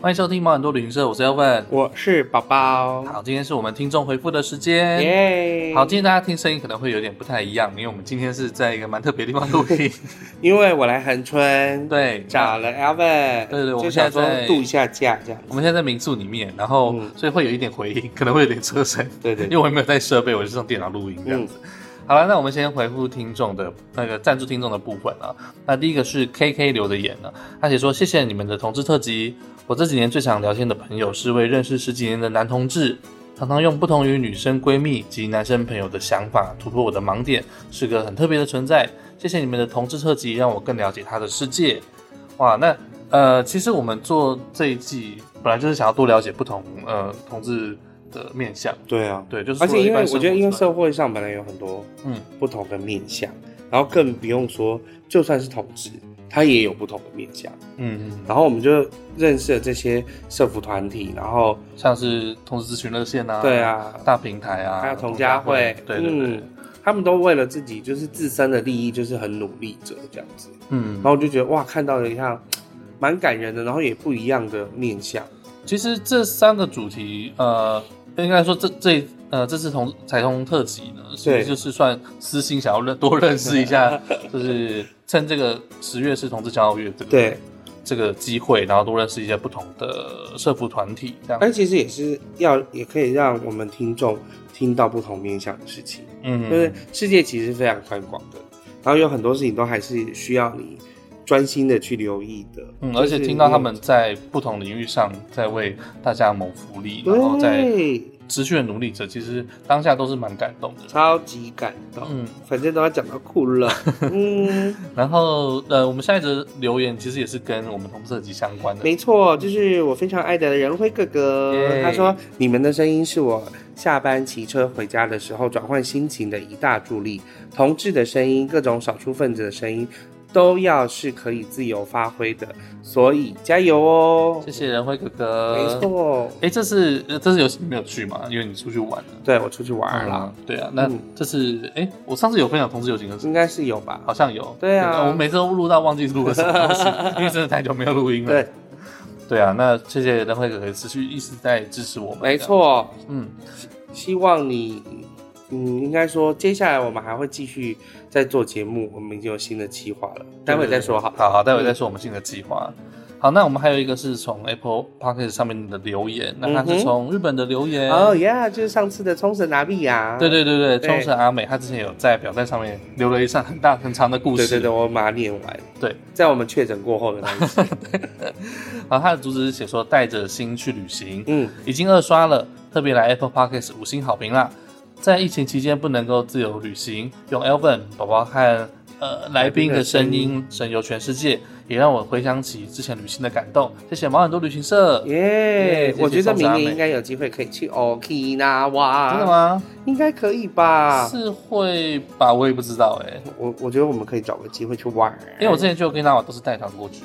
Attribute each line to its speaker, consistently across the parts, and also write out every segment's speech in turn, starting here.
Speaker 1: 欢迎收听毛很多旅行社，我是 Elvin。
Speaker 2: 我是宝宝，
Speaker 1: 好，今天是我们听众回复的时间。
Speaker 2: 耶！
Speaker 1: 好，今天大家听声音可能会有点不太一样，因为我们今天是在一个蛮特别的地方录 音。
Speaker 2: 因为我来恒春，，
Speaker 1: 对，
Speaker 2: 找了 Alvin，
Speaker 1: 对对我们
Speaker 2: 就
Speaker 1: 现在
Speaker 2: 想说
Speaker 1: 在
Speaker 2: 度一下假这样
Speaker 1: 我们现在在民宿里面，然后、
Speaker 2: 嗯
Speaker 1: 所以会有一点回音，可能会有点车声，
Speaker 2: 对对嗯
Speaker 1: 因为我也没有带设备，我就是用电脑录音这样子。好了，那我们先回复听众的那个赞助听众的部分啊。那第一个是 K K 留的言呢、他写说：“谢谢你们的同志特辑，我这几年最想聊天的朋友是位认识十几年的男同志，常常用不同于女生闺蜜及男生朋友的想法突破我的盲点，是个很特别的存在。谢谢你们的同志特辑，让我更了解他的世界。”哇，那呃，其实我们做这一季本来就是想要多了解不同呃同志的面相，
Speaker 2: 对啊，
Speaker 1: 对，就是
Speaker 2: 而且因为我觉得，因为
Speaker 1: 生
Speaker 2: 社会上本来有很多
Speaker 1: 嗯
Speaker 2: 不同的面相，然后更不用说，就算是同志，他也有不同的面相。
Speaker 1: 嗯，嗯
Speaker 2: 然后我们就认识了这些社服团体，然后
Speaker 1: 像是同志咨询热线啊，
Speaker 2: 对，啊，
Speaker 1: 大平台啊，
Speaker 2: 还有同家会，
Speaker 1: 对对对，
Speaker 2: 嗯，他们都为了自己就是自身的利益，就是很努力着这样子。
Speaker 1: 嗯
Speaker 2: 然后我就觉得哇，看到了一下蛮感人的，然后也不一样的面相。
Speaker 1: 其实这三个主题，呃，应该说这这呃这次同彩通特辑呢，是
Speaker 2: 对
Speaker 1: 就是算私心想要认多认识一下， 就是趁这个十月是同志骄傲月这个
Speaker 2: 对，
Speaker 1: 这个机会，然后多认识一些不同的社服团体，这样，
Speaker 2: 但其实也是要，也可以让我们听众听到不同面向的事情，
Speaker 1: 嗯
Speaker 2: 就是世界其实是非常宽广的，然后有很多事情都还是需要你专心的去留意的。
Speaker 1: 嗯，
Speaker 2: 就是
Speaker 1: 而且听到他们在不同领域上在为大家谋福利，然后在
Speaker 2: 对，
Speaker 1: 持续的努力者，其实当下都是蛮感动的。
Speaker 2: 超级感动，
Speaker 1: 嗯，
Speaker 2: 反正都要讲到 哭了。嗯，
Speaker 1: 然后呃，我们下一则留言其实也是跟我们同色集相关的。
Speaker 2: 没错，就是我非常爱的任辉哥哥
Speaker 1: 耶。
Speaker 2: 他说：“你们的声音是我下班骑车回家的时候转换心情的一大助力。同志的声音，各种少数分子的声音，都要是可以自由发挥的，所以加油哦
Speaker 1: 谢！”谢仁辉哥哥。
Speaker 2: 没。错，
Speaker 1: 哎，这次呃这次游戏你没有去嘛？因为你出去玩了。
Speaker 2: 对我出去玩了，
Speaker 1: 嗯。对啊，那
Speaker 2: 嗯
Speaker 1: 这次哎，我上次有分享同志友情的事，
Speaker 2: 应该是有吧？
Speaker 1: 好像有。
Speaker 2: 对啊
Speaker 1: 我每次都录到忘记录了什么东西，因为真的太久没有录音了。
Speaker 2: 对，
Speaker 1: 对啊，那谢谢仁辉哥哥持续一直在支持我们。
Speaker 2: 没，错。
Speaker 1: 嗯。
Speaker 2: 希望你，嗯，应该说接下来我们还会继续再做节目，我们已经有新的计划了，待会再说好。嗯
Speaker 1: 好好，待会再说我们新的计划。好，那我们还有一个是从 Apple Podcast 上面的留言，那它是从日本的留言。
Speaker 2: 嗯哦呀，就是上次的冲绳拿币呀。
Speaker 1: 对对对对，
Speaker 2: 对
Speaker 1: 冲绳阿美，她之前有在表单上面留了一上很大很长的故
Speaker 2: 对
Speaker 1: 事。
Speaker 2: 对对，我把它念完。
Speaker 1: 对，
Speaker 2: 在我们确诊过后的那一次，
Speaker 1: 然后她的主旨是写说带着心去旅行，
Speaker 2: 嗯，
Speaker 1: 已经二刷了，特别来 Apple Podcast 五星好评啦。在疫情期间不能够自由旅行，用 Elvin 宝宝和呃来宾的声音神游全世界，也让我回想起之前旅行的感动。谢谢毛很多旅行社，耶
Speaker 2: 耶！我觉得明
Speaker 1: 谢谢
Speaker 2: 年应该有机会可以去 Okinawa，
Speaker 1: 真的？吗？
Speaker 2: 应该可以吧？
Speaker 1: 是会吧，我也不知道哎、
Speaker 2: 我我觉得我们可以找个机会去玩，
Speaker 1: 因为我之前去跟那瓦都是带团过去。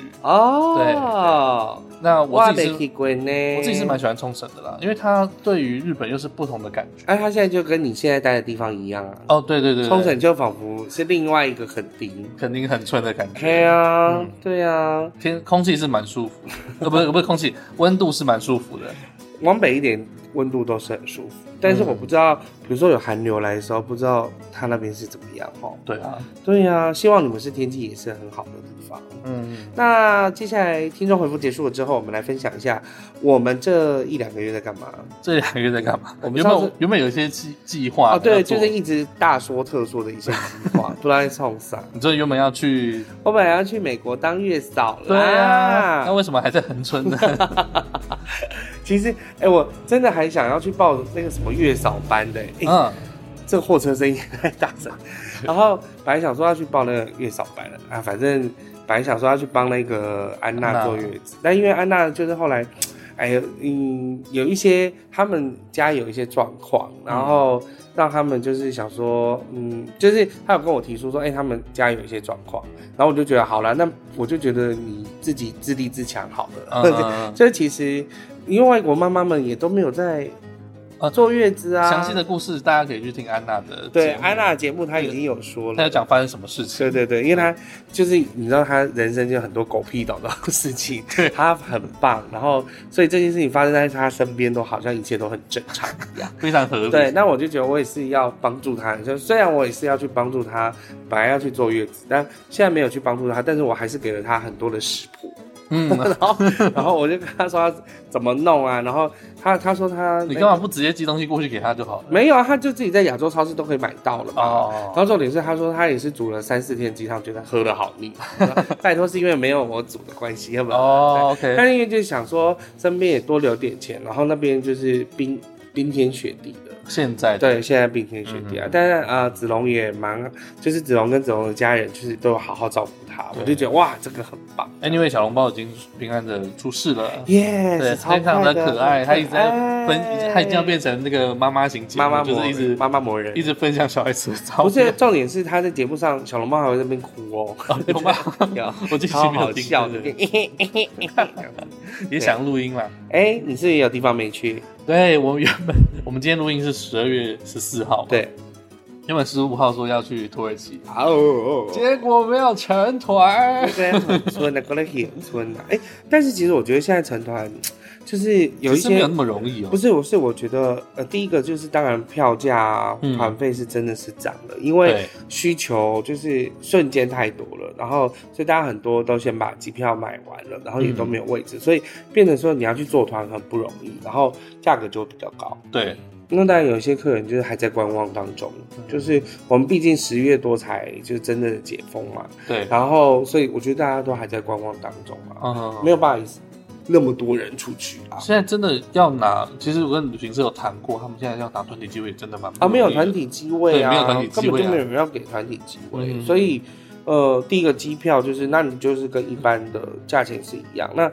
Speaker 2: 哦，
Speaker 1: 那我
Speaker 2: 哇
Speaker 1: 自己
Speaker 2: 没
Speaker 1: 是，
Speaker 2: 去过呢，
Speaker 1: 我自己是蛮喜欢冲绳的啦，因为它对于日本又是不同的感觉。
Speaker 2: 哎，他现在就跟你现在待的地方一样啊，
Speaker 1: 哦，对对对对
Speaker 2: 冲绳就仿佛是另外一个垦丁。
Speaker 1: 肯定很春的感
Speaker 2: 对
Speaker 1: 觉，
Speaker 2: 啊
Speaker 1: 嗯，
Speaker 2: 对啊，
Speaker 1: 天空气是蛮舒服的，呃，不是不是空气，温度是蛮舒服的。
Speaker 2: 往北一点温度都是很舒服。但是我不知道，比如说有寒流来的时候，不知道它那边是怎么样哦。
Speaker 1: 对啊，
Speaker 2: 对呀、希望你们是天气也是很好的地方。
Speaker 1: 嗯，
Speaker 2: 那接下来听众回复结束了之后，我们来分享一下我们这一两个月在干嘛
Speaker 1: 这两个月在干嘛？
Speaker 2: 我们
Speaker 1: 原
Speaker 2: 上
Speaker 1: 本
Speaker 2: 次
Speaker 1: 原本有一些计计
Speaker 2: 啊、
Speaker 1: 划
Speaker 2: 哦对，
Speaker 1: 要做
Speaker 2: 就是一直大说特说的一些计划，不然冲散。
Speaker 1: 你这原本要去，
Speaker 2: 我本来要去美国当月嫂啦，
Speaker 1: 对啊，那为什么还在横 村呢？
Speaker 2: 啊 其实，哎、我真的还想要去报那个什么月嫂班的、哎、
Speaker 1: 嗯，
Speaker 2: 这货车声音也太大 声。然后本来想说要去报那个月嫂班的啊，反正本来想说要去帮那个安娜坐月子，但因为安娜就是后来，哎呦，嗯，有一些他们家有一些状况，然后让他们就是想说，嗯，就是他有跟我提出说，哎、他们家有一些状况，然后我就觉得好了，那我就觉得你自己自立自强好了。
Speaker 1: 嗯嗯
Speaker 2: 这其实因为外国妈妈们也都没有在
Speaker 1: 啊
Speaker 2: 坐月子啊，
Speaker 1: 详细的故事大家可以去听安娜的
Speaker 2: 对
Speaker 1: 节目
Speaker 2: 安娜的节目她已经有说
Speaker 1: 她
Speaker 2: 了
Speaker 1: 要。讲发生什么事情
Speaker 2: 对。对对，因为她就是你知道，她人生就很多狗屁倒灶的 事情，对，她很棒，然后所以这件事情发生在她身边，都好像一切都很正 常一样。
Speaker 1: 非常合理。
Speaker 2: 对，，那我就觉得我也是要帮助她，就虽然我也是要去帮助她，本来要去坐月子，但现在没有去帮助她，但是我还是给了她很多的食谱，
Speaker 1: 嗯，
Speaker 2: 然后然后我就跟她说要怎么弄啊，然后她她说她
Speaker 1: 你
Speaker 2: 那
Speaker 1: 干嘛
Speaker 2: 个
Speaker 1: 不直接寄东西过去给他就好了？
Speaker 2: 没有啊，她就自己在亚洲超市都可以买到了嘛。然
Speaker 1: 哦，
Speaker 2: 后重点是，他说他也是煮了三四天鸡汤，觉得喝的好腻。 拜托，是因为没有我煮的关系，要不然。
Speaker 1: 哦，OK，
Speaker 2: 但因为就是想说，身边也多留点钱，然后那边就是冰冰天雪地的。
Speaker 1: 现在的
Speaker 2: 对，现在冰天雪地
Speaker 1: 嗯
Speaker 2: 啊，但是啊，子龙也蛮，就是子龙跟子龙的家人，就是都有好好照顾他，我就觉得哇，这个很棒
Speaker 1: ，Anyway，小笼包已经平安的出世了。对，
Speaker 2: ，yes，超
Speaker 1: 非常的
Speaker 2: 快的
Speaker 1: 可爱，
Speaker 2: 很
Speaker 1: 他一直在
Speaker 2: 爱
Speaker 1: 分，他已经要变成那个妈妈型节目
Speaker 2: 妈妈
Speaker 1: 就
Speaker 2: 磨
Speaker 1: 是一直
Speaker 2: 妈妈磨人
Speaker 1: 一，直分享小孩 子的照
Speaker 2: 不
Speaker 1: 片。
Speaker 2: 是重点是他在节目上，小龙猫还会在那边哭哦，
Speaker 1: 有吗？
Speaker 2: 有
Speaker 1: 我最近
Speaker 2: 超
Speaker 1: 没有
Speaker 2: 好
Speaker 1: 听
Speaker 2: 笑的
Speaker 1: 对，
Speaker 2: 哎、
Speaker 1: 也想录音啦。
Speaker 2: 你是不是也有地方没去？
Speaker 1: 对我原本 我们今天录音是十二月十四号嘛，
Speaker 2: 对，
Speaker 1: 原本十五号说要去土耳其，
Speaker 2: 哦哦
Speaker 1: 结果没有成团。
Speaker 2: 很村的，可能很村的。哎、但是其实我觉得现在成团就是有一
Speaker 1: 其实没
Speaker 2: 些
Speaker 1: 有那么容易哦
Speaker 2: 不。是，我是我觉得呃，第一个就是当然票价啊
Speaker 1: 嗯
Speaker 2: 团费是真的是涨了，因为
Speaker 1: 对
Speaker 2: 需求就是瞬间太多了，然后所以大家很多都先把机票买完了，然后也都
Speaker 1: 嗯
Speaker 2: 没有位置，所以变成说你要去做团很不容易，然后价格就会比较高。
Speaker 1: 对，
Speaker 2: 那当然，有一些客人就是还在观望当中，
Speaker 1: 嗯
Speaker 2: 就是我们毕竟十月多才就是真正的解封嘛，
Speaker 1: 对，
Speaker 2: 然后所以我觉得大家都还在观望当中嘛，
Speaker 1: 嗯，
Speaker 2: 没有办法那么多人出去啊
Speaker 1: 现在真的要拿，其实我跟旅行社有谈过，他们现在要拿团体机会真的蛮不
Speaker 2: 啊，没有
Speaker 1: 容易的
Speaker 2: 团体机位
Speaker 1: 嗯对
Speaker 2: 啊，
Speaker 1: 没有团体
Speaker 2: 根
Speaker 1: 机
Speaker 2: 本
Speaker 1: 位啊
Speaker 2: 就没有人要给团体机位，
Speaker 1: 嗯
Speaker 2: 所以呃，第一个机票就是那你就是跟一般的价钱是一样，那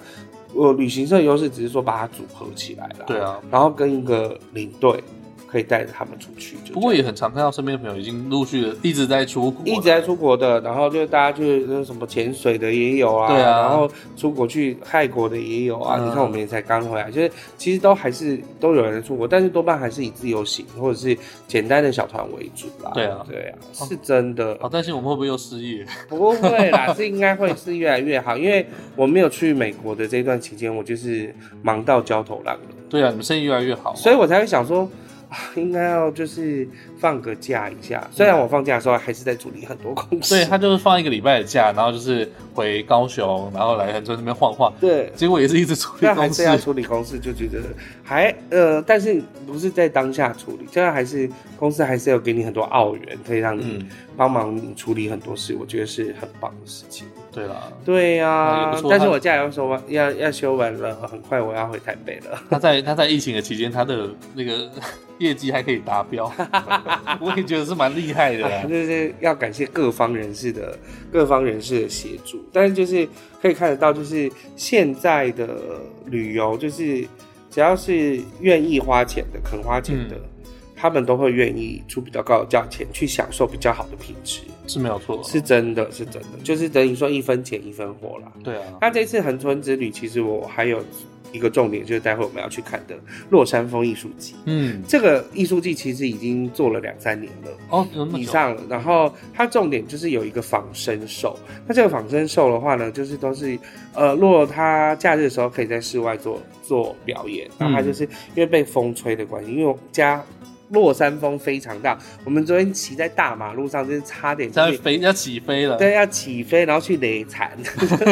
Speaker 2: 呃旅行社优势只是说把它组合起来了，
Speaker 1: 对，啊，
Speaker 2: 然后跟一个领队可以带着他们出去，
Speaker 1: 不
Speaker 2: 就这样
Speaker 1: 过也很常看到身边朋友已经陆续的一直在出国，
Speaker 2: 一直在出国的，然后就大家去那什么潜水的也有啊，
Speaker 1: 对啊
Speaker 2: 然后出国去泰国的也有啊。
Speaker 1: 嗯
Speaker 2: 你看我们也才刚回来，就是其实都还是都有人出国，但是多半还是以自由行或者是简单的小团为主啦。
Speaker 1: 对啊哦
Speaker 2: 对啊，是真的，
Speaker 1: 好担心我们会不会又失业？
Speaker 2: 不会啦，是应该会是越来越好，因为我没有去美国的这段期间，我就是忙到焦头烂额，
Speaker 1: 对啊，你们生意越来越好啊，
Speaker 2: 所以我才会想说。啊，应该要就是放个假一下，虽
Speaker 1: 嗯
Speaker 2: 然我放假的时候还是在处理很多公司。
Speaker 1: 对他就是放一个礼拜的假，然后就是回高雄，然后来恒春那边晃晃，
Speaker 2: 对，
Speaker 1: 结果也是一直 处理
Speaker 2: 但啊还
Speaker 1: 公事。
Speaker 2: 是要处理公事，就觉得还呃，但是不是在当下处理，这样还是公司还是有给你很多澳元，可以让你
Speaker 1: 嗯，
Speaker 2: 帮忙你处理很多事，我觉得是很棒的事情。哦
Speaker 1: 对啦，
Speaker 2: 对呀、
Speaker 1: 啊也不错
Speaker 2: 但是
Speaker 1: 他
Speaker 2: 我假要休完，要要休完了，很快我要回台北了。
Speaker 1: 他在他在疫情的期间，他的那个 业绩还可以达 标，我也觉得是蛮厉害的啦。
Speaker 2: 啊就是要感谢各方人士的各方人士的协助，但是就是可以看得到，就是现在的旅游，就是只要是愿意花钱的、肯花钱的，他们都会愿意出比较高的价钱去享受比较好的品质，
Speaker 1: 是没有错，
Speaker 2: 是真的，是真的，就是等于说一分钱一分货啦。
Speaker 1: 对啊，
Speaker 2: 那这次恒春之旅，其实我还有一个重点，就是待会我们要去看的洛杉矶艺术季。
Speaker 1: 嗯，
Speaker 2: 这个艺术季其实已经做了两三年了。
Speaker 1: 哦，有那么
Speaker 2: 以
Speaker 1: 久
Speaker 2: 上了。然后它重点就是有一个仿生兽，那这个仿生兽的话呢，就是都是呃，若它假日的时候可以在室外做做表演，
Speaker 1: 嗯
Speaker 2: 然后它就是因为被风吹的关系，因为我家。落山风非常大，我们昨天骑在大马路上，真是差点
Speaker 1: 这
Speaker 2: 就
Speaker 1: 样
Speaker 2: 是
Speaker 1: 飞要起飞了。
Speaker 2: 对，要起飞，然后去雷残，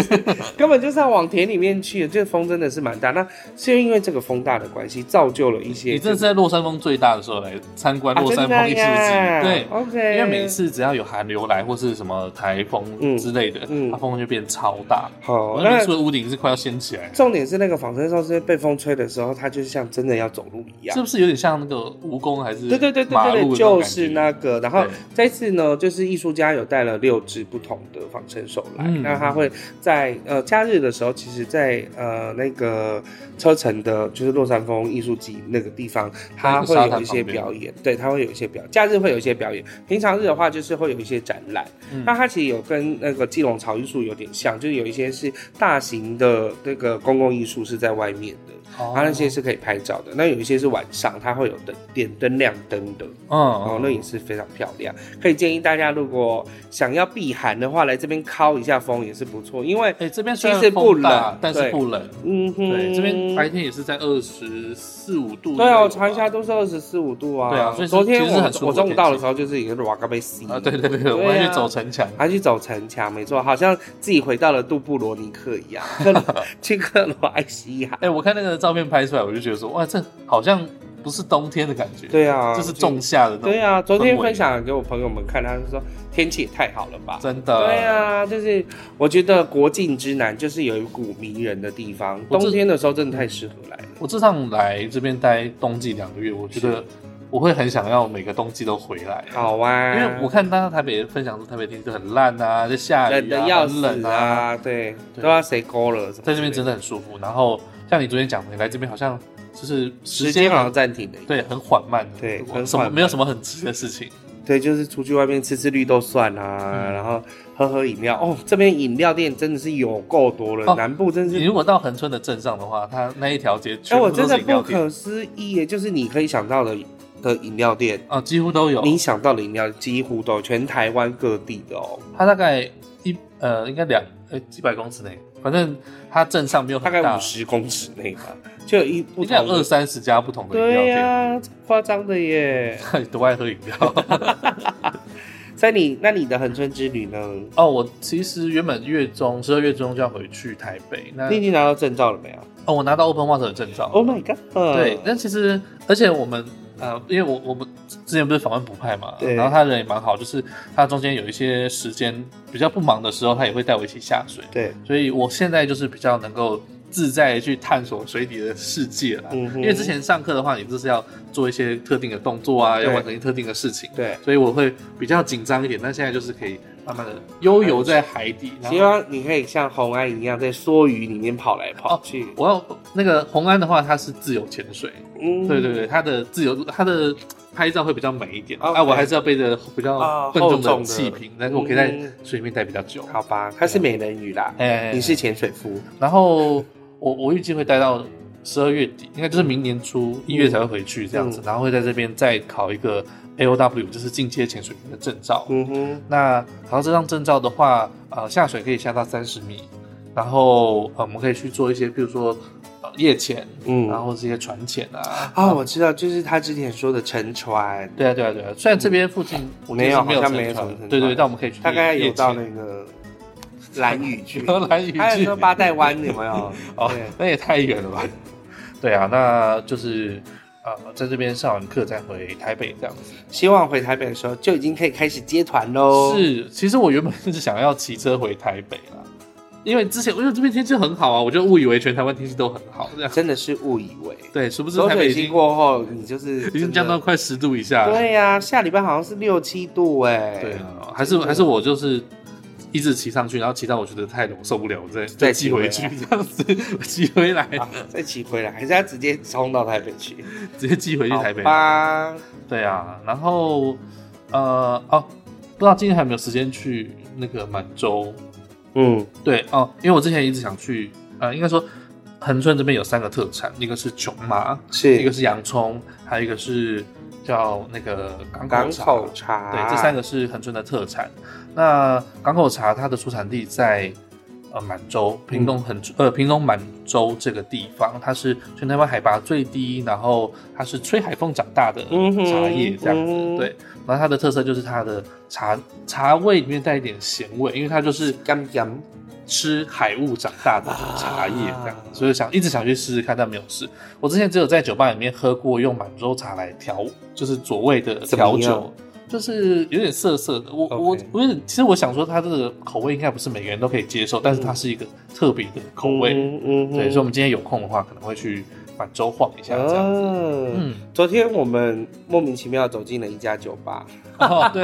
Speaker 2: 根本就是要往田里面去。这个风真的是蛮大，那是因为这个风大的关系，造就了一些
Speaker 1: 你这是在洛山峰最大的时候来参观
Speaker 2: 啊
Speaker 1: 洛山
Speaker 2: 真
Speaker 1: 峰
Speaker 2: 的
Speaker 1: 艺术
Speaker 2: 呀哦
Speaker 1: 季，对。
Speaker 2: ，OK，
Speaker 1: 因为每次只要有寒流来或是什么台风之类的，
Speaker 2: 嗯嗯
Speaker 1: 它风就变超大，
Speaker 2: 好，
Speaker 1: 我
Speaker 2: 那
Speaker 1: 那民宿的屋顶是快要掀起来了，
Speaker 2: 重点是那个仿生兽是被风吹的时候，它就是像真的要走路一样
Speaker 1: 是。不是有点像那个蜈蚣还是
Speaker 2: 对对对对
Speaker 1: 马
Speaker 2: 对
Speaker 1: 路
Speaker 2: 对，
Speaker 1: 的种
Speaker 2: 就
Speaker 1: 感觉
Speaker 2: 是那个。然后
Speaker 1: 对
Speaker 2: 这次呢，就是艺术家有带了六只不同的仿生兽来，
Speaker 1: 嗯
Speaker 2: 那他会在呃假日的时候，其实在，呃那个车城的，就是洛杉矶艺术季那个地方，他会有一些表演，对，他会有一些表演，假日会有一些表演，平常日的话就是会有一些展览。
Speaker 1: 嗯
Speaker 2: 那它其实有跟那个基隆潮艺术有点像，就是有一些是大型的那个公共艺术是在外面的。
Speaker 1: 哦
Speaker 2: 它那些是可以拍照的，那有一些是晚上，它会有灯点灯亮灯的，
Speaker 1: 嗯，
Speaker 2: 然
Speaker 1: 哦
Speaker 2: 后那也是非常漂亮。可以建议大家，如果想要避寒的话，来这边靠一下风也是不错，因为
Speaker 1: 哎、这边
Speaker 2: 其
Speaker 1: 虽然
Speaker 2: 实不
Speaker 1: 风大
Speaker 2: 冷
Speaker 1: 但是
Speaker 2: 对
Speaker 1: 不冷。
Speaker 2: 嗯哼，
Speaker 1: 对，这边白天也是在二十四五度。
Speaker 2: 对啊，我查一下。都是二十四五度啊。
Speaker 1: 对啊所以是
Speaker 2: 昨天
Speaker 1: 其实是很
Speaker 2: 我
Speaker 1: 舒服
Speaker 2: 我
Speaker 1: 的
Speaker 2: 中午到
Speaker 1: 天
Speaker 2: 的
Speaker 1: 气
Speaker 2: 时候就是一个瓦嘎贝西
Speaker 1: 啊，对对对，
Speaker 2: 对啊
Speaker 1: 我还去走城墙。
Speaker 2: 他去走城墙，没错，好像自己回到了杜布罗尼克一 样，克罗去克罗埃西亚。
Speaker 1: 哎、我看那个照片拍出来，我就觉得说，哇，这好像不是冬天的感觉，、
Speaker 2: 对啊，
Speaker 1: 这是仲夏的那种。
Speaker 2: 对啊，昨天
Speaker 1: 氛围
Speaker 2: 分享给我朋友们看，他就说天气也太好了吧。
Speaker 1: 真的。
Speaker 2: 对啊，就是我觉得国境之南就是有一股迷人的地方，
Speaker 1: 我这
Speaker 2: 冬天的时候真的太适合来了。
Speaker 1: 我这趟来这边待冬季两个月，我觉得我会很想要每个冬季都回来。
Speaker 2: 好啊，
Speaker 1: 因为我看大家台北分享说台北天气很烂啊，在下雨啊，
Speaker 2: 冷的要
Speaker 1: 很
Speaker 2: 死
Speaker 1: 冷啊，
Speaker 2: 啊，对，
Speaker 1: 对
Speaker 2: 都要谁勾了，
Speaker 1: 在这边真
Speaker 2: 的
Speaker 1: 的很舒服。然后像你昨天讲的，你来这边好像就是时
Speaker 2: 时间
Speaker 1: 间
Speaker 2: 好像暂停了。
Speaker 1: 对很缓慢的，
Speaker 2: 对
Speaker 1: 我
Speaker 2: 很
Speaker 1: 什么
Speaker 2: 缓慢
Speaker 1: 没有什么很急的事情。
Speaker 2: 对，就是出去外面吃吃绿豆蒜啊，然后喝喝饮料。哦，这边饮料店真的是有够多了，
Speaker 1: 哦
Speaker 2: 南部真
Speaker 1: 你
Speaker 2: 是。
Speaker 1: 如果到恒春的镇上的话，它那一条街
Speaker 2: 哎，
Speaker 1: 全部
Speaker 2: 我
Speaker 1: 都
Speaker 2: 真
Speaker 1: 是
Speaker 2: 的
Speaker 1: 饮料
Speaker 2: 不
Speaker 1: 店
Speaker 2: 可思议耶！就是你可以想到的的饮料店，
Speaker 1: 啊，几乎都有。
Speaker 2: 你想到的饮料几乎都有全台湾各地的哦，
Speaker 1: 它大概一呃，应该两呃几百公尺内，反正它镇上没有
Speaker 2: 大
Speaker 1: 很
Speaker 2: 概
Speaker 1: 大
Speaker 2: 五，十公尺内吧，就有一不
Speaker 1: 应该
Speaker 2: 同
Speaker 1: 有二
Speaker 2: 的。
Speaker 1: 三十家不同的饮料
Speaker 2: 对呀、
Speaker 1: 店。
Speaker 2: 啊，夸张的耶！
Speaker 1: 到 底多爱喝饮料
Speaker 2: 所以你那你的恒春之旅呢？
Speaker 1: 哦！我其实原本月中十二月中就要回去台北，那
Speaker 2: 你已经拿到证照了没有
Speaker 1: 哦，我拿到 Open Water 的证照。
Speaker 2: ？Oh my god！
Speaker 1: 对，但其实而且我们呃，因为我我们之前不是访问不派嘛，
Speaker 2: 对
Speaker 1: 然后他人也蛮好，就是他中间有一些时间比较不忙的时候，他也会带我一起下水，
Speaker 2: 对，
Speaker 1: 所以我现在就是比较能够自在地去探索水底的世界了。
Speaker 2: 嗯哼
Speaker 1: 因为之前上课的话，你就是要做一些特定的动作啊，
Speaker 2: 对
Speaker 1: 要完成一些特定的事情，
Speaker 2: 对，
Speaker 1: 所以我会比较紧张一点。但现在就是可以慢慢的悠游在海底，然
Speaker 2: 希
Speaker 1: 后。
Speaker 2: 望你可以像红安一样在梭鱼里面跑来
Speaker 1: 哦
Speaker 2: 跑去。
Speaker 1: 我要那个红安的话，它是自由潜水，
Speaker 2: 嗯
Speaker 1: 对对对，它的自由，它的拍照会比较美一点。
Speaker 2: OK
Speaker 1: 啊，我还是要背着比较
Speaker 2: 哦啊
Speaker 1: 笨重
Speaker 2: 厚重
Speaker 1: 的
Speaker 2: 的嗯
Speaker 1: 气瓶，但是我可以在水里面待比较久。
Speaker 2: 好吧，他是美人鱼啦，
Speaker 1: 哎，
Speaker 2: 你是潜水夫，
Speaker 1: 然后我我预计会待到十二月底，应该就是明年初
Speaker 2: 嗯
Speaker 1: 一月才会回去这样子，然后会在这边再考一个 A O W，就是进阶潜水员的证照。
Speaker 2: 嗯哼，
Speaker 1: 那考到这张证照的话，呃，下水可以下到三十米，然后呃，我们可以去做一些，比如说呃夜潜，
Speaker 2: 嗯
Speaker 1: 然后这些船潜啊。
Speaker 2: 啊、我知道，就是他之前说的沉船，
Speaker 1: 对啊，对啊，对啊。虽然这边附近我记得
Speaker 2: 没有
Speaker 1: 是没有
Speaker 2: 好像
Speaker 1: 沉
Speaker 2: 没有
Speaker 1: 船
Speaker 2: 什么沉
Speaker 1: 对对，
Speaker 2: 船
Speaker 1: 但我们可以去
Speaker 2: 大概
Speaker 1: 夜
Speaker 2: 有到
Speaker 1: 潜
Speaker 2: 那个蓝屿去，
Speaker 1: 荷兰语
Speaker 2: 还有
Speaker 1: 剧
Speaker 2: 说八代湾有没有？
Speaker 1: 哦
Speaker 2: 对，
Speaker 1: 那也太远了吧？ 对啊，那就是呃，在这边上完课再回台北这样子。
Speaker 2: 希望回台北的时候就已经可以开始接团喽。，
Speaker 1: 是，其实我原本是想要骑车回台北啦，因为之前因为这边天气很好啊，我就误以为全台湾天气都很好这样。
Speaker 2: 真的是误以为，
Speaker 1: 对，殊不知
Speaker 2: 走
Speaker 1: 台北
Speaker 2: 水
Speaker 1: 已
Speaker 2: 星
Speaker 1: 经
Speaker 2: 过后，你就是
Speaker 1: 已经
Speaker 2: 真
Speaker 1: 降到
Speaker 2: 的。
Speaker 1: 快十度以下了。
Speaker 2: 对呀、下礼拜好像是六七度哎、
Speaker 1: 对啊，还是还是我就是。一直骑上去，然后骑到我觉得太冷，我受不了，我再
Speaker 2: 再
Speaker 1: 骑
Speaker 2: 骑回
Speaker 1: 回
Speaker 2: 来
Speaker 1: 去，这样子骑回来，
Speaker 2: 啊，再骑回来，还是要直接冲到台北去？
Speaker 1: 直接骑回去
Speaker 2: 好
Speaker 1: 台北。
Speaker 2: 吧，
Speaker 1: 对啊，然后呃哦，不知道今天还有没有时间去那个满洲？
Speaker 2: 嗯
Speaker 1: 对哦，因为我之前一直想去，呃，应该说恒春这边有三个特产，一个是琼麻，
Speaker 2: 是
Speaker 1: 一个是洋葱，还有一个是叫那个港
Speaker 2: 港
Speaker 1: 口茶。
Speaker 2: 口茶，
Speaker 1: 对，这三
Speaker 2: 个
Speaker 1: 个是恒春的特产。那港口茶它的出产地在呃满洲，
Speaker 2: 嗯
Speaker 1: 屏东很、呃屏东满洲这个地方，它是全台湾海拔最低，然后它是吹海风长大的
Speaker 2: 嗯哼
Speaker 1: 茶叶这样子。
Speaker 2: 嗯
Speaker 1: 对，然后它的特色就是它的茶茶味里面带一点咸味，因为它就是
Speaker 2: 甘甘，
Speaker 1: 吃海雾长大的茶叶这样
Speaker 2: 啊，
Speaker 1: 所以想一直想去试试看，但没有试。我之前只有在酒吧里面喝过用满洲茶来调，就是佐味的调
Speaker 2: 怎么样
Speaker 1: 酒，就是有点涩涩的。我
Speaker 2: OK
Speaker 1: 我我有点，其实我想说它这个口味应该不是每个人都可以接受，但是它是一个特别的口味。
Speaker 2: 嗯嗯
Speaker 1: 对，所以我们今天有空的话，可能会去满洲晃一下这样子。
Speaker 2: 嗯，
Speaker 1: 嗯，
Speaker 2: 昨天我们莫名其妙走进了一家酒吧
Speaker 1: 哦 对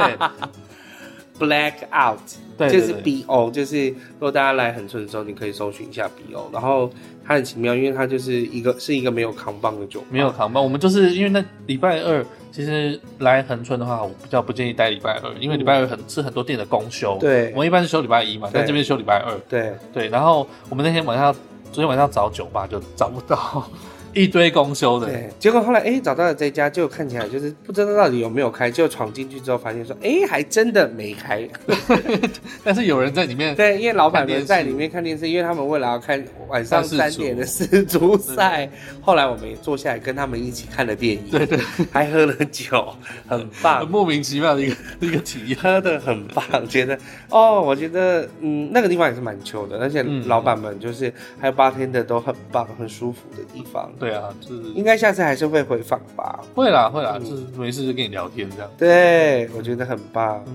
Speaker 2: ，Black Out，
Speaker 1: 对，
Speaker 2: 就是
Speaker 1: 对
Speaker 2: BO，就是如果大家来恒春的时候，你可以搜寻一下 BO。然后它很奇妙，因为它就是一个是一个没有扛棒的酒吧，
Speaker 1: 没有扛棒，我们就是因为那礼拜二，其实来恒春的话，我比较不建议待礼拜二，因为礼拜二很是很多店的公休。
Speaker 2: 嗯对
Speaker 1: 我们一般是休礼拜一嘛，
Speaker 2: 对
Speaker 1: 但这边休礼拜二。
Speaker 2: 对，
Speaker 1: 对，然后我们那天晚上，昨天晚上找酒吧就找不到 一堆公休的。
Speaker 2: 对，结果后来哎、诶找到了这家，就看起来就是不知道到底有没有开，就闯进去之后发现说，哎、还真的 没开。
Speaker 1: 但是有人在里面，
Speaker 2: 对，因为老板
Speaker 1: 看电
Speaker 2: 们
Speaker 1: 视
Speaker 2: 在里面看电视，因为他们为了要看晚上
Speaker 1: 看世足
Speaker 2: 三点的世 足赛，后来我们也坐下来跟他们一起看了电影，
Speaker 1: 对对，
Speaker 2: 还喝了酒，很棒
Speaker 1: 很。莫名其妙的一个一个体验。
Speaker 2: 喝的很棒，觉得 哦，我觉得嗯，那个地方也是蛮秋的，而且
Speaker 1: 嗯
Speaker 2: 老板们就是还有八天的都很棒，很舒服的地方。
Speaker 1: 对啊，就是
Speaker 2: 应该下次还是会回访吧。
Speaker 1: 会啦会啦，
Speaker 2: 嗯
Speaker 1: 就是没事就跟你聊天这样。
Speaker 2: 对，我觉得很棒。
Speaker 1: 嗯，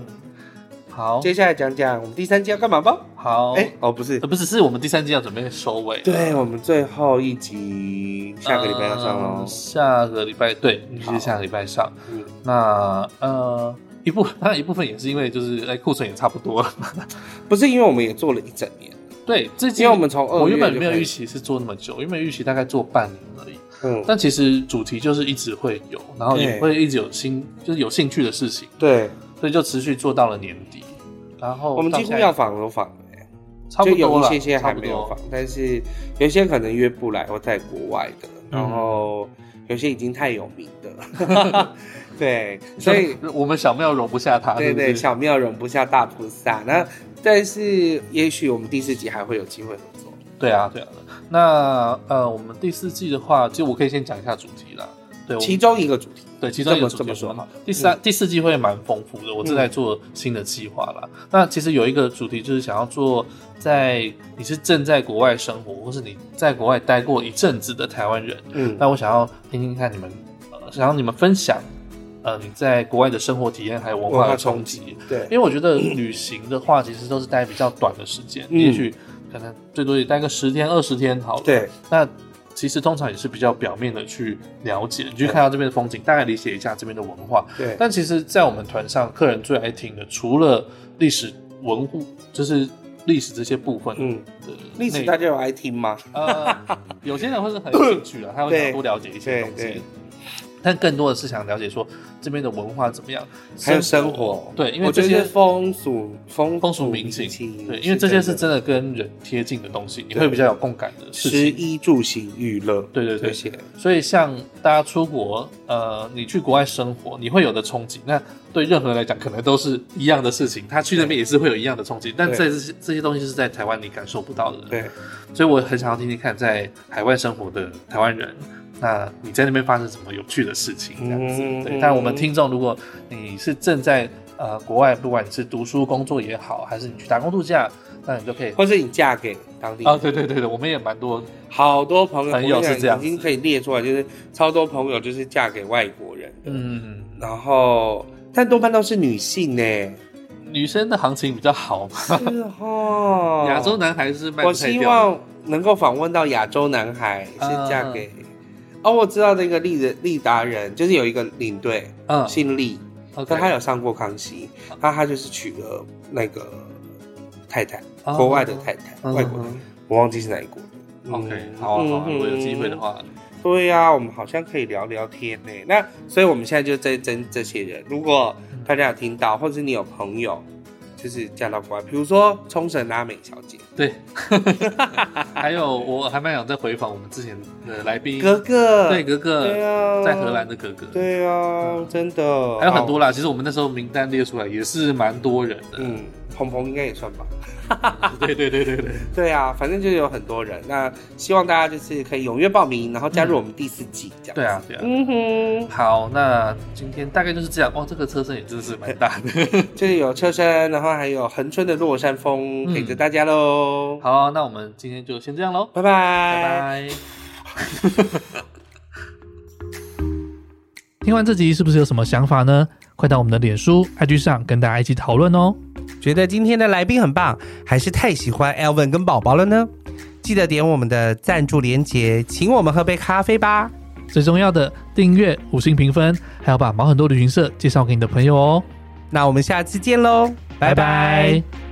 Speaker 1: 好
Speaker 2: 接下来讲讲我们第三季要干嘛吧？
Speaker 1: 好，
Speaker 2: 哎、哦，不是
Speaker 1: 呃，不是，是我们第三季要准备收尾了。
Speaker 2: 对我们最后一集下个礼拜要上喽
Speaker 1: 嗯。下个礼拜对，预
Speaker 2: 好
Speaker 1: 计下个礼拜上。
Speaker 2: 嗯
Speaker 1: 那呃，一部当然一部分也是因为就是哎库存也差不多了。
Speaker 2: 不是因为我们也做了一整年，
Speaker 1: 对，这季
Speaker 2: 因为我们从二月
Speaker 1: 我原本
Speaker 2: 就
Speaker 1: 没有
Speaker 2: 开始
Speaker 1: 预期是做那么久，原本预期大概做半年而已。
Speaker 2: 嗯，
Speaker 1: 但其实主题就是一直会有，然后也
Speaker 2: 对
Speaker 1: 会一直有新，就是有兴趣的事情，
Speaker 2: 对，
Speaker 1: 所以就持续做到了年底。然后
Speaker 2: 我们
Speaker 1: 到
Speaker 2: 几乎
Speaker 1: 现在
Speaker 2: 要访都访了、欸，
Speaker 1: 差不
Speaker 2: 就有
Speaker 1: 多
Speaker 2: 一
Speaker 1: 了，
Speaker 2: 些些
Speaker 1: 差
Speaker 2: 还
Speaker 1: 不
Speaker 2: 没有
Speaker 1: 多
Speaker 2: 访，但是有些可能约不来或在国外的，然
Speaker 1: 嗯
Speaker 2: 后有些已经太有名的， 对，所以
Speaker 1: 我们小妙容不下他，
Speaker 2: 对
Speaker 1: 不
Speaker 2: 对，小庙容不下大菩萨。那但是也许我们第四集还会有机会合作。
Speaker 1: 对啊，对啊。那呃，我们第四季的话，就我可以先讲一下主题啦。对，我
Speaker 2: 其中一个主题，
Speaker 1: 对其中一个主
Speaker 2: 这
Speaker 1: 题
Speaker 2: 么这么说嗯
Speaker 1: 我们第三、第四季会蛮丰富的，我正在做新的计划啦。那其实有一个主题就是想要做，在你是正在国外生活，或是你在国外待过一阵子的台湾人，
Speaker 2: 嗯，
Speaker 1: 那我想要听听看你们，呃，想要你们分享，呃，你在国外的生活体验还有文化
Speaker 2: 文化
Speaker 1: 的
Speaker 2: 冲
Speaker 1: 冲击。因
Speaker 2: 对，
Speaker 1: 为我觉得旅行的话，其实都是待比较短的时间，
Speaker 2: 嗯
Speaker 1: 也许可能最多也待个十天、二十天好了。，
Speaker 2: 对，
Speaker 1: 那其实通常也是比较表面的去了解，你去看到这边的风景，大概理解一下这边的文化。
Speaker 2: 对，
Speaker 1: 但其实，在我们团上，客人最爱听的，除了历史文物，就是历史这些部分的内
Speaker 2: 嗯
Speaker 1: 容，，
Speaker 2: 历史大家有爱听吗？
Speaker 1: 呃，有些人会是很有兴趣的，他会
Speaker 2: 对
Speaker 1: 想多了解一些东
Speaker 2: 对对
Speaker 1: 西，但更多的是想了解说这边的文化怎么样，
Speaker 2: 还有生活，
Speaker 1: 对因为
Speaker 2: 我觉
Speaker 1: 这些
Speaker 2: 得风俗风
Speaker 1: 风俗民情，对，因为这些是真的跟人贴近的东西，你会比较有共感的事
Speaker 2: 食
Speaker 1: 情。
Speaker 2: 衣住行娱乐，
Speaker 1: 对对
Speaker 2: 这
Speaker 1: 对，
Speaker 2: 些，
Speaker 1: 所以像大家出国，呃，你去国外生活，你会有的冲击，那对任何人来讲，可能都是一样的事情。他去那边也是会有一样的冲击，但
Speaker 2: 对
Speaker 1: 这些这些东西是在台湾你感受不到的。
Speaker 2: 对，
Speaker 1: 所以我很想要听听看，在海外生活的台湾人，那你在那边发生什么有趣的事情？这样子。
Speaker 2: 嗯
Speaker 1: 对，但我们听众，如果你是正在呃国外，不管你是读书、工作也好，还是你去打工度假，那你就可以。
Speaker 2: 或是你嫁给当地人
Speaker 1: 啊，哦对对对对，我们也蛮多，
Speaker 2: 好多朋友，
Speaker 1: 朋友
Speaker 2: 我跟你讲
Speaker 1: 是这样
Speaker 2: 已
Speaker 1: 子
Speaker 2: 经可以列出来，就是超多朋友就是嫁给外国人的，
Speaker 1: 嗯，
Speaker 2: 然后但多半都是女性呢，
Speaker 1: 女生的行情比较好嘛，
Speaker 2: 是哦，
Speaker 1: 亚洲男孩是卖
Speaker 2: 我
Speaker 1: 不太
Speaker 2: 希
Speaker 1: 掉的。
Speaker 2: 望能够访问到亚洲男孩
Speaker 1: 嗯
Speaker 2: 是嫁给。哦，我知道那个利人利达人，就是有一个领队，
Speaker 1: 嗯
Speaker 2: 姓利，
Speaker 1: ，OK，嗯
Speaker 2: 但他有上过康熙，那他就是娶了那个太太，
Speaker 1: 哦
Speaker 2: 国外的太太，
Speaker 1: 嗯
Speaker 2: 外国的，我忘记是哪一国的。嗯
Speaker 1: OK，好啊好啊，如果有机会的，
Speaker 2: 嗯
Speaker 1: 话，
Speaker 2: 对呀、我们好像可以聊聊天呢。那所以我们现在就在征这些人，如果大家有听到，或者是你有朋友，就就是嫁到国外，比如说冲绳拉美小姐，
Speaker 1: 对， 还有我还蛮想再回访我们之前的来宾，
Speaker 2: 格格，
Speaker 1: 对格格，
Speaker 2: 对啊
Speaker 1: 在荷兰的格格，
Speaker 2: 对啊，真的，
Speaker 1: 还有很多
Speaker 2: 哦，
Speaker 1: 啦。其实我们那时候名单列出来也是蛮多人的，
Speaker 2: 嗯，鹏鹏应该也算吧。
Speaker 1: 对对对对对，
Speaker 2: 对啊，反正就有很多人。那希望大家就是可以踊跃报名，然后加入我们第四季这样。
Speaker 1: 对，啊对啊。
Speaker 2: 嗯哼，
Speaker 1: 好，那今天大概就是这样。哦，这个车身也真是蛮大的。
Speaker 2: 就是有车身，然后还有恒春的落山风陪着大家喽。，
Speaker 1: 嗯好，那我们今天就先这样喽，
Speaker 2: 拜拜，
Speaker 1: 拜。拜。听完这集是不是有什么想法呢？快到我们的脸书、IG 上跟大家一起讨论哦。
Speaker 2: 觉得今天的来宾很棒，还是太喜欢 Elvin 跟宝宝了呢？记得点我们的赞助连结，请我们喝杯咖啡吧。
Speaker 1: 最重要的，订阅、五星评分，还要把毛很多旅行社介绍给你的朋友哦。
Speaker 2: 那我们下次见喽，
Speaker 1: 拜
Speaker 2: 拜拜
Speaker 1: 拜